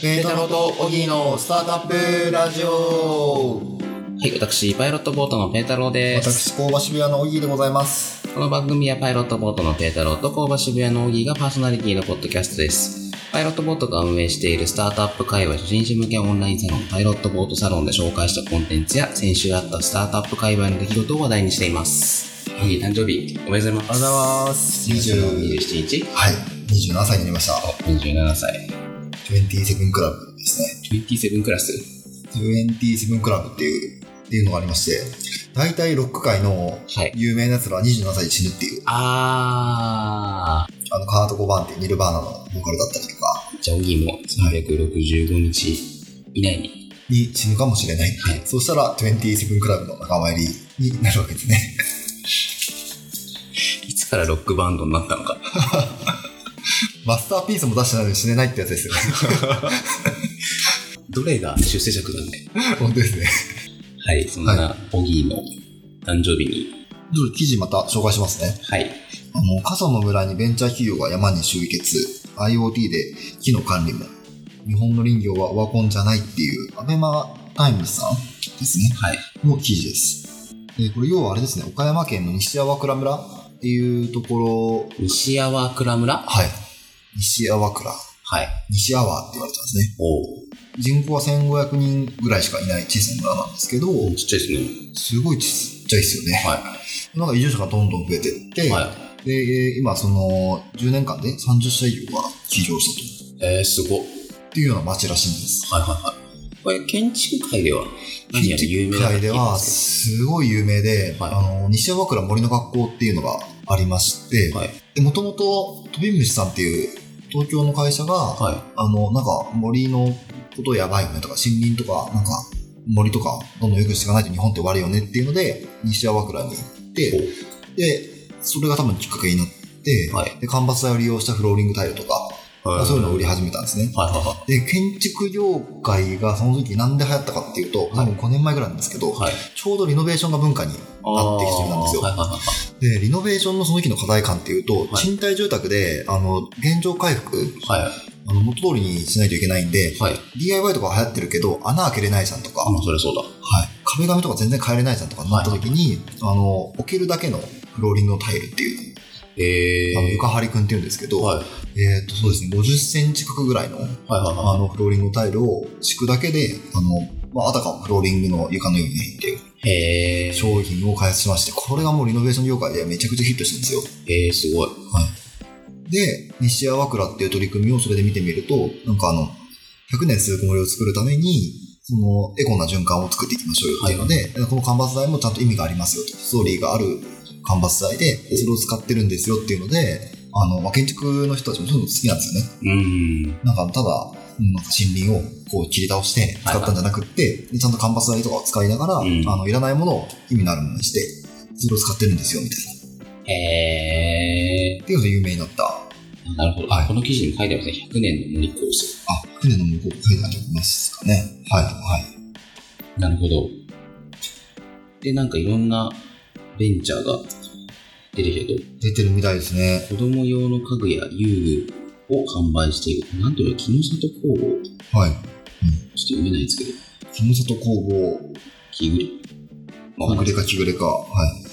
ペータロとオギーのスタートアップラジオはい、私、パイロットボートのペータローです。私、工場渋谷のオギーでございます。この番組はパイロットボートのペータローと工場渋谷のオギーがパーソナリティのポッドキャストです。パイロットボートが運営しているスタートアップ界隈初心者向けオンラインサロン、パイロットボートサロンで紹介したコンテンツや、先週あったスタートアップ界隈の出来事を話題にしています。オギー誕生日、おめでとあうございます。ざます。20、 27日はい、27歳になりました。 ?27 歳。 27クラブですね。 27クラス27クラブっていう、っていうのがありまして、大体ロック界のはい。有名なやつらは27歳で死ぬっていう、ああの、カート・コバーンっていうニルバーナのボーカルだったりとかー。じゃあ、オギーも365日以内に。に死ぬかもしれない。はいそうしたら、27クラブの仲間入りになるわけですね。いつからロックバンドになったのか。マスターピースも出してないのに死ねないってやつですよ。どれが出世作なんで。本当ですね。はい、そんな、オギーの誕生日に。ちょっと記事また紹介しますね。はい。あの、過疎の村にベンチャー企業が山に集結。IoT で木の管理も。日本の林業はオワコンじゃないっていう、アベマタイムズさんですね。はい。の記事です。で、これ要はあれですね、岡山県の西粟倉村っていうところ、西粟倉村ははい。西粟倉。い。西粟って言われてますね。お人口は1500人ぐらいしかいない小さな村なんですけど、お。ちっちゃいですね。すごいちっちゃいですよね。はなんか移住者がどんどん増えてって、い。はで、えー今、その、10年間で30社以上が起業したい。えー、すごっ。と。っていうような街らしいんです。はいはいはい。これ、建築界では何やら有名な界では、建すごい有名で、はいあの、西粟倉森の学校っていうのがありまして、築はい。で、もともと、飛び虫さんっていう、東京の会社が、はあの、なんか、森のことやばいよねとか、森林とか、なんか、森とか、どんどん良くしていかないと日本って終わるよねっていうので、西粟倉に行って、で、それが多分きっかけになって、はいで、間伐材を利用したフローリングタイルとか、い。はい。そういうのを売り。り始めたんですね。はいはで、建築業界がその時なんで流行ったかっていうと、多分5年前ぐらいなんですけど、いはい。はい。ちょうどリノベーションが文化になってきてたんですよあーはいはいはいはい。で、リノベーションのその時の課題感っていうと、い賃貸住宅で、あの、現状回復、はい。あの、元通りにしないといけないんで、はい。 DIY とかは流行ってるけど、穴開けれないじゃんとか、あ、はい、もうそれそうだ。壁紙とか全然変えれないじゃんとかなった時に、あの、置けるだけのフローリングのタイルっていう、えー。あの、床張りくんっていうんですけど、はい。はいえっと、そうですね、50センチ角ぐらいの、はいあはの、フローリングタイルを敷くだけで、あの、まあ、あたかもフローリングの床のようにねっていうい。えー。商品を開発しまして、これがもうリノベーション業界ではめちゃくちゃヒットしたんですよ。えー、すごい。で、西粟倉っていう取り組みをそれで見てみると、なんかあの、100年続く森を作るために、そのエコな循環を作っていきましょうよっていうので、この間伐材もちゃんと意味がありますよと。ストーリーがある間伐材で、それを使ってるんですよっていうので、あの、まあ、建築の人たちもそういうの好きなんですよね。うん。なんかただ、うんなんか森林をこう切り倒して使ったんじゃなくって、でちゃんと間伐材とかを使いながら、うんあのいらないものを意味のあるものにして、それを使ってるんですよみたいな。っえていうので有名になった。あ、ー。なるほど。はいこの記事にも書いてありますね。100年の森構想。船の向こう書いてありますかね。はい、はい。なるほど。で、なんかいろんなベンチャーが出てるけど、出てるみたいですね。子供用の家具や遊具を販売している。なんというの木の里工房。ちょっとはい。読めないですけど、木の里工房、木ぐり。まあ木暮れか木暮れか。はい。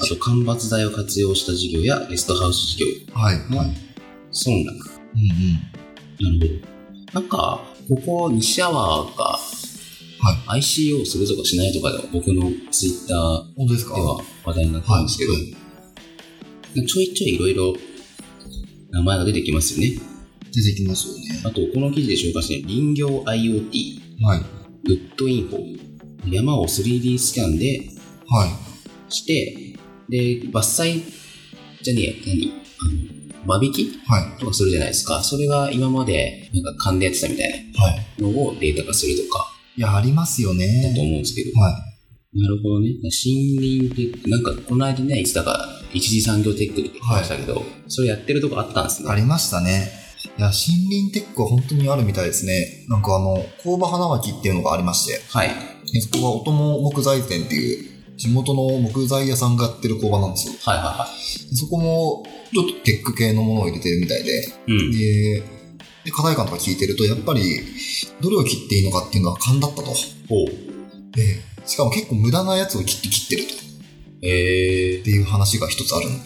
あと、間伐材を活用した事業やゲストハウス事業、はい、はい。村落。うんうん。なるほど。なんか、ここ、西アワーが、ICO するとかしないとかでは僕のツイッター本当ですかでは話題になってるはんいですけど、ちょいちょいいろいろ名前が出てきますよね。出てきますよね。あと、この記事で紹介した林業 IoT、はい。グッドインフォ、山を 3D スキャンではい。して、で、伐採じゃねえや、何あの間引きはとかするじゃないですか。それが今までなんか勘でやってたみたいい。はい。なのをデータ化するとかいや、ありますよだとね。思うんですけど、はい。なるほどね。森林って、なんかこの間ね、いつだか一次産業テックで言ってましたけど、それやってるとこあったんですね。ありましたね。いや、森林テックは本当にあるみたいですね。なんかあの、工場花巻っていうのがありまして、はい。でそこはお供木材店っていう、地元の木材屋さんがやってる工場なんですよ。はいはいはでそこも、ちょっとテック系のものを入れてるみたいで、い。うん。で、で、課題感とか聞いてると、やっぱり、どれを切っていいのかっていうのは勘だったと。ほう。で、しかも結構無駄なやつを切って切ってると。ええー。っていう話が一つあるのと、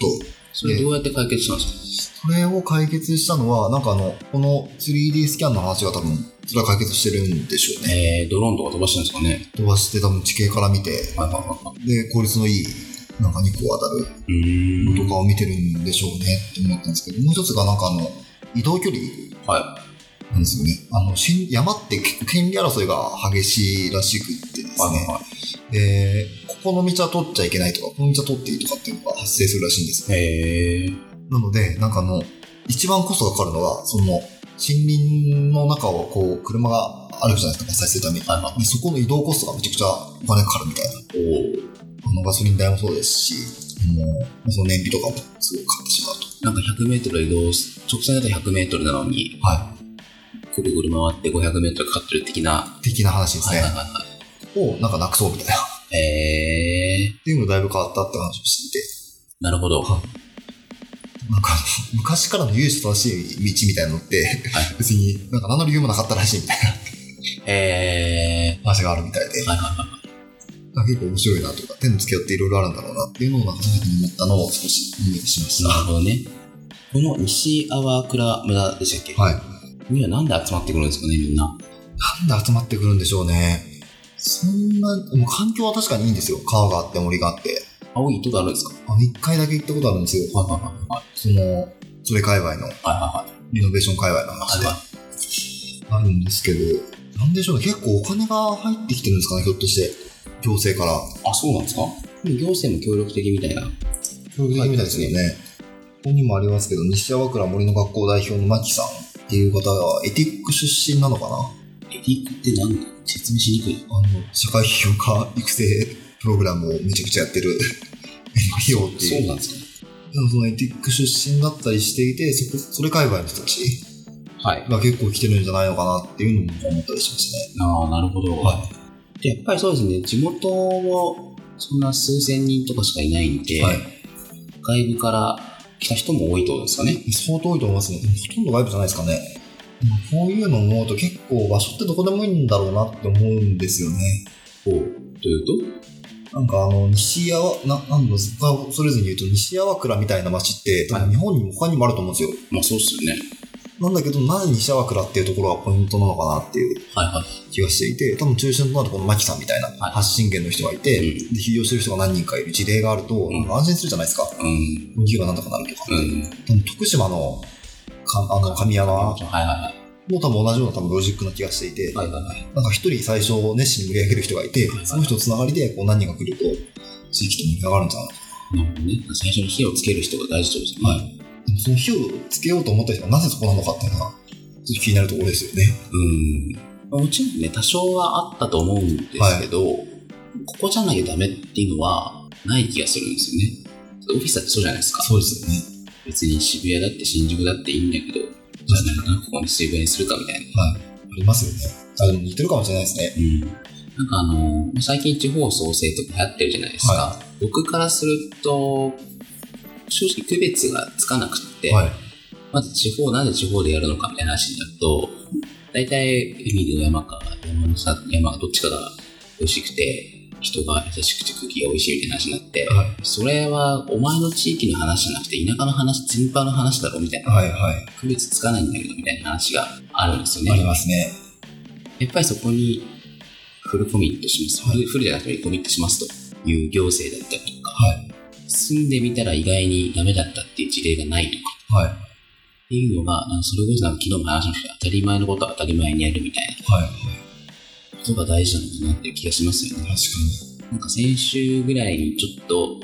それどうやって解決したんですそかれを解決したのは、なんかあの、この 3D スキャンの話が多分、それは解決してるんでしょうね。えー、ドローンとか飛ばしてるんですかね飛ばして多分地形から見て、はいはいはいはい。で、効率のいい、なんか肉を当たるうーん。とかを見てるんでしょうねって思ったんですけど、もう一つがなんかあの、移動距離はなんですよね。あの、しん山って結構権利争いが激しいらしくってでい。はすいはいね。はで、ここの道は取っちゃいけないとか、この道は取っていいとかっていうのが発生するらしいんですい。えー。なので、なんかあの、一番コストがかかるのは、その、森林の中をこう、車があるじゃないですか、伐採するために。はいはでそこの移動コストがめちゃくちゃお金かかるみたいな。い。おあの、ガソリン代もそうですし、あの、その燃費とかもすごいかかってしまうと。お。なんか100メートル移動す、直線だと100メートルなのに、はぐるぐる回って500メートルかかってる的な。い。的な話ですはいはいね。はを、なんかなくそうみたいな。っい。えー。ていうのがだいぶ変わったって話をしていなるほど。はて、なんかあの、昔からの由緒正しい道みたいなのって、はい別になんか何の理由もなかったらしいみたいなえ話があるみたいで。ー。はいはいはい。あ結構面白いなとか、手の付け合っていろいろあるんだろうなっていうのをなんか初めて思ったのを少し思い出しましなた。るほどね。この西粟倉村でしたっけはい。みんななんで集まってくるんですかね、みんな。なんで集まってくるんでしょうね。そんな、もう環境は確かにいいんですよ。川があって森があって。青い糸があるんですかあの、一回だけ行ったことあるんですよ。はいはいはいはい。その、それ界隈の、はいはいはい。リノベーション界隈の話ではあるんですけど、なんでしょうね。結構お金が入ってきてるんですかね、ひょっとして。行政から。あ、そうなんですかで行政も協力的みたいな。はい協力的みたいですよね。ここにもありますけど、西山倉森の学校代表の牧さんっていう方は、エティック出身なのかなエティックって何だ説明しにくい。あの、社会評価育成プログラムをめちゃくちゃやってる NPO ってそういう。なんですでもそのエティック出身だったりしていて、そこ、それ界隈の人たちかはい。が結構来てるんじゃないのかなっていうのも思ったりしましたね。ああ、なるほど。はで、やっぱりそうですね、地元もそんな数千人とかしかいないんで、はい外部から来た人も多いってことですかね。相当多いと思いますね。でもほとんど外部じゃないですかね。でもこういうのを思うと結構場所ってどこでもいいんだろうなって思うんですよね。ほう。というとなんかあの、西山、な、なんだ、そこはそれずに言うと、西山倉みたいな街って、多分日本にも他にもあると思うんですよ。まあそうっすよね。なんだけど、なぜ西山倉っていうところがポイントなのかなっていうはいは気がしていて、多分中心となるこのマキさんみたいなはい発信源の人がいて、い。で、起業してる人が何人かいる事例があると、んなんか安心するじゃないですか。うん。うん。麦がなんとかなるとか。うん。多分徳島の、かあの、神山はもいは多分同じような多分ロジックな気がしていてい、はい。はいはいはい。なんか一人最初熱心に盛り上げる人がいては、いその人つながりでこう何人が来ると、地域と盛り上がるんじゃないかなるほどね。最初に火をつける人が大事ってことですね。はいな。でもその火をつけようと思った人がなぜそこなのかっていうのが、ちょっと気になるところですよね。うん。まあもちろんね、多少はあったと思うんですけど、ここじゃなきゃダメっていうのはない気がするんですよね。オフィスだってそうじゃないですか。そうですよね。別に渋谷だって新宿だっていいんだけど、じゃあなんかここに水分にするかみたいな。ありますよね。あ、でも似てるかもしれないですね。うん。なんかあのー、最近地方創生とか流行ってるじゃないですか。は僕からすると、正直区別がつかなくって、はい。まず地方、なぜ地方でやるのかみたいな話になると、大体海の山か山のさ山がどっちかが美味しくて、人が優しくて空気が美味しいみたいな話になって、はそれはお前の地域の話じゃなくて田舎の話全般の話だろみたいな、はい、はい。区別つかないんだけどみたいな話があるんですよあねり。ますね。やっぱりそこにフルコミットします。フルフルじゃなくてコミットしますという行政だったりとか、は住んでみたら意外にダメだったっていう事例がないとか、はい。っていうのが、なんかそれこそなんか昨日も話しましたけど当たり前のことは当たり前にやるみたいはい。なことが大事なのかなっていう気がしますよね。確かに。なんか先週ぐらいにちょっと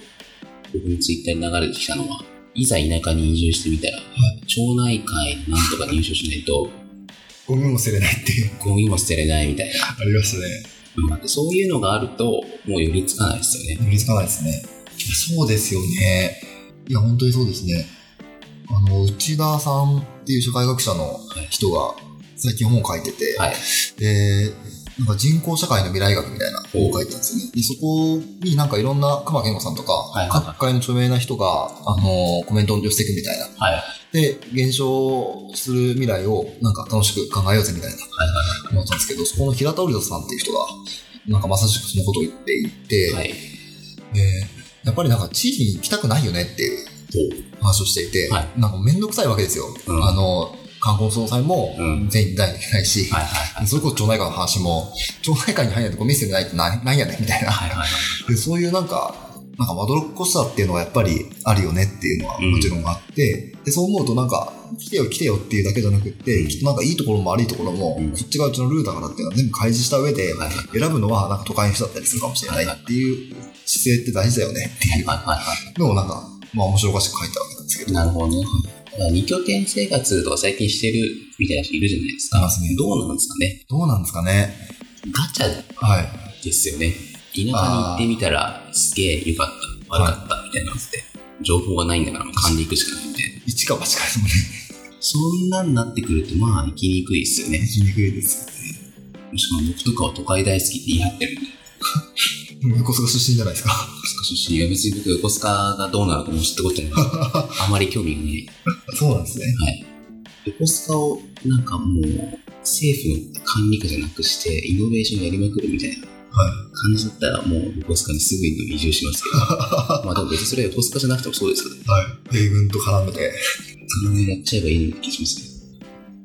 僕のツイッターに流れてきたのは、いざ田舎に移住してみたら、町内会のなんとか入所しないと、ゴミも捨てれないっていう。ゴミも捨てれないみたいな。ありましたね。うんそういうのがあると、もう寄りつかないですよね。乗りつかないですね。そうですよね。いや、本当にそうですね。あの、内田さんっていう社会学者の人が最近本を書いてて、はい。で、なんか人工社会の未来学みたいな本を書いてたんですよね。で、そこになんかいろんな熊健吾さんとか、いはいはい各界の著名な人が、あのーコメントを寄せていくみたいな。はい。はいで、現象する未来をなんか楽しく考えようぜみたいなは思ったんですけど、そこの平田織田さんっていう人が、なんかまさしくそのことを言っていて、いはい。はい。でやっぱりなんか地域に行きたくないよねっていう話をしていて、はなんかめんどくさいわけですよ。うんあの、観光総裁もうん全員出ないといけないし、はいはい。それこそ町内会の話も、町内会に入らないとこ見せてないってなんなんやねんみたいな、はいはいはい。で。そういうなんか、なんかまどろっこしさっていうのがやっぱりあるよねっていうのはうんもちろんあって、でそう思うとなんか、来てよ来てよっていうだけじゃなくって、うんきっとなんかいいところも悪いところも、うんこっちがうちのルーだからっていうのは全部開示した上で、はいはい選ぶのはなんか都会の人だったりするかもしれないっていう姿勢って大事だよねっていうはいはのをなんか、まあ面白おかしく書いたわけなんですけい。ど。なるほどね。だから二拠点生活とか最近してるみたいな人いるじゃないですいかますね。どうなんですかね。どうなんですかねガチャはい。ですよね。田舎に行ってみたら、すげえ良かった、悪かったみたいなのって、情報がないんだから、勘で行くしかないんで。一か八かですもんね。そんなんなってくると、まあ、行きにくいですよね。きにくいですむしろ僕とかは都会大好きって言い張ってるんで、よね。横須賀出身じゃないですか。少しし、別に僕、横須賀がどうなるかも知った ことないから。あまり興味がない。そうなんですね。はい。横須賀を、なんかもう、政府の管理下じゃなくして、イノベーションやりまくるみたいなは感じだったら、もう横須賀にすぐに移住しますけ ど。まあ、でも別にそれは横須賀じゃなくてもそうですけど、い。はい。米軍と絡めて。その辺やっちゃえばいいのに気しますね。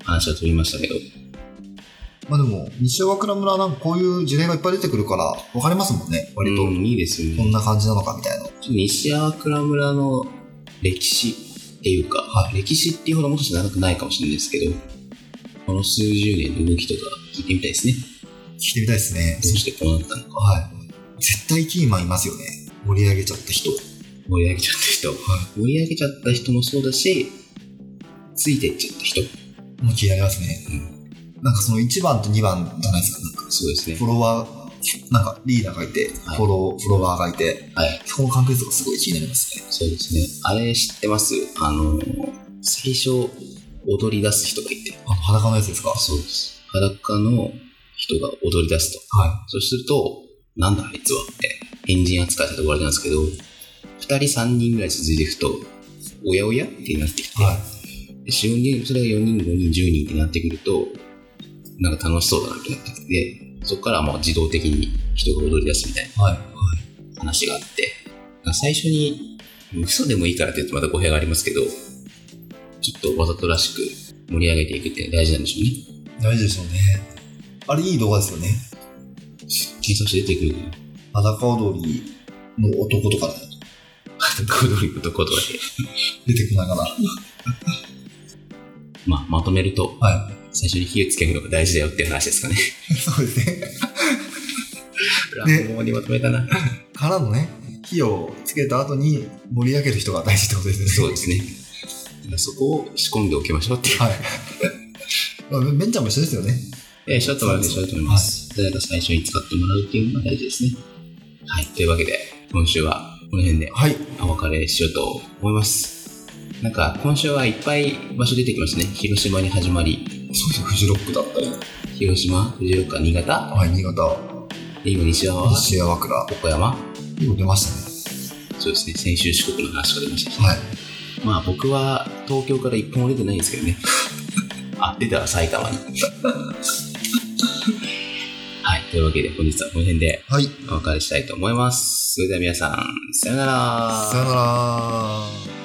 話は飛びましたけど。まあでも、西和倉村はなんかこういう事例がいっぱい出てくるから、わかりますもんね。割と。うんいいですよね。こんな感じなのかみたいな。は西粟倉村の歴史っていうか、歴史っていうほどもしかしたら長くないかもしれないですけど、この数十年の動きとか聞いてみたいですね。い。聞いてみたいですねそしてこうなったのか、はい。絶対キーマンいますよね。盛り上げちゃった人。盛り上げちゃった人、 盛り上げちゃった人もそうだし、ついてっちゃった人、もう気になりますね。なんかその1番と2番じゃないですか。なんかそうですねフ。ォロワー、なんかリーダーがいて、はいフォロー、フォロワーがいて、はい、そこの関係図がすごい気になりますね。そうですね。あれ知ってますあの、最初踊り出す人がいて、あの裸のやつですかはそうです。裸の人が踊り出すと。い。そうすると、なんだあいつはって、変人扱いってところなんですけど、2人3人ぐらい続いていくと、おやおやってなってきて、はい。で4人、それが4人、5人、10人ってなってくると、なんか楽しそうだなってなってきて、そこからもう自動的に人が踊り出すみたいはい。はい。な話があって、最初に、嘘でもいいからって言うとまた語弊がありますけど、ちょっとわざとらしく盛り上げていくって大事なんでしょうね。大事でしょうね。あれ、いい動画ですよね。検索して出てくる裸踊りの男とかね裸踊りのとことかで、出てこないかな。まあ、まとめると、は最初に火をつけるのが大事だよっていう話ですかね。い。そうです ね。落語にまとめたな。からのね、火をつけた後に盛り上げる人が大事ってことですね。そうですね。だからそこを仕込んでおきましょうっていう。はい。まあ、めめんちゃんも一緒ですよね。えー、ショットは一緒だと思います。誰か最初に使ってもらうっていうのが大事ですね。はい。というわけで、今週はこの辺ではい。お別れしようと思います。なんか、今週はいっぱい場所出てきましたね。広島に始まり、そうですね。フジロックだったり、広島、藤岡、新潟、はい、新潟、で今西側は西和倉、岡山。よく出ましたね。そうですね。先週四国の話が出ましたし、はい。まあ僕は東京から一本も出てないんですけどね。 あ、出たら埼玉に。 はい。というわけで本日はこの辺ではい。お別れしたいと思います。それでは皆さん、さよなら。さよなら。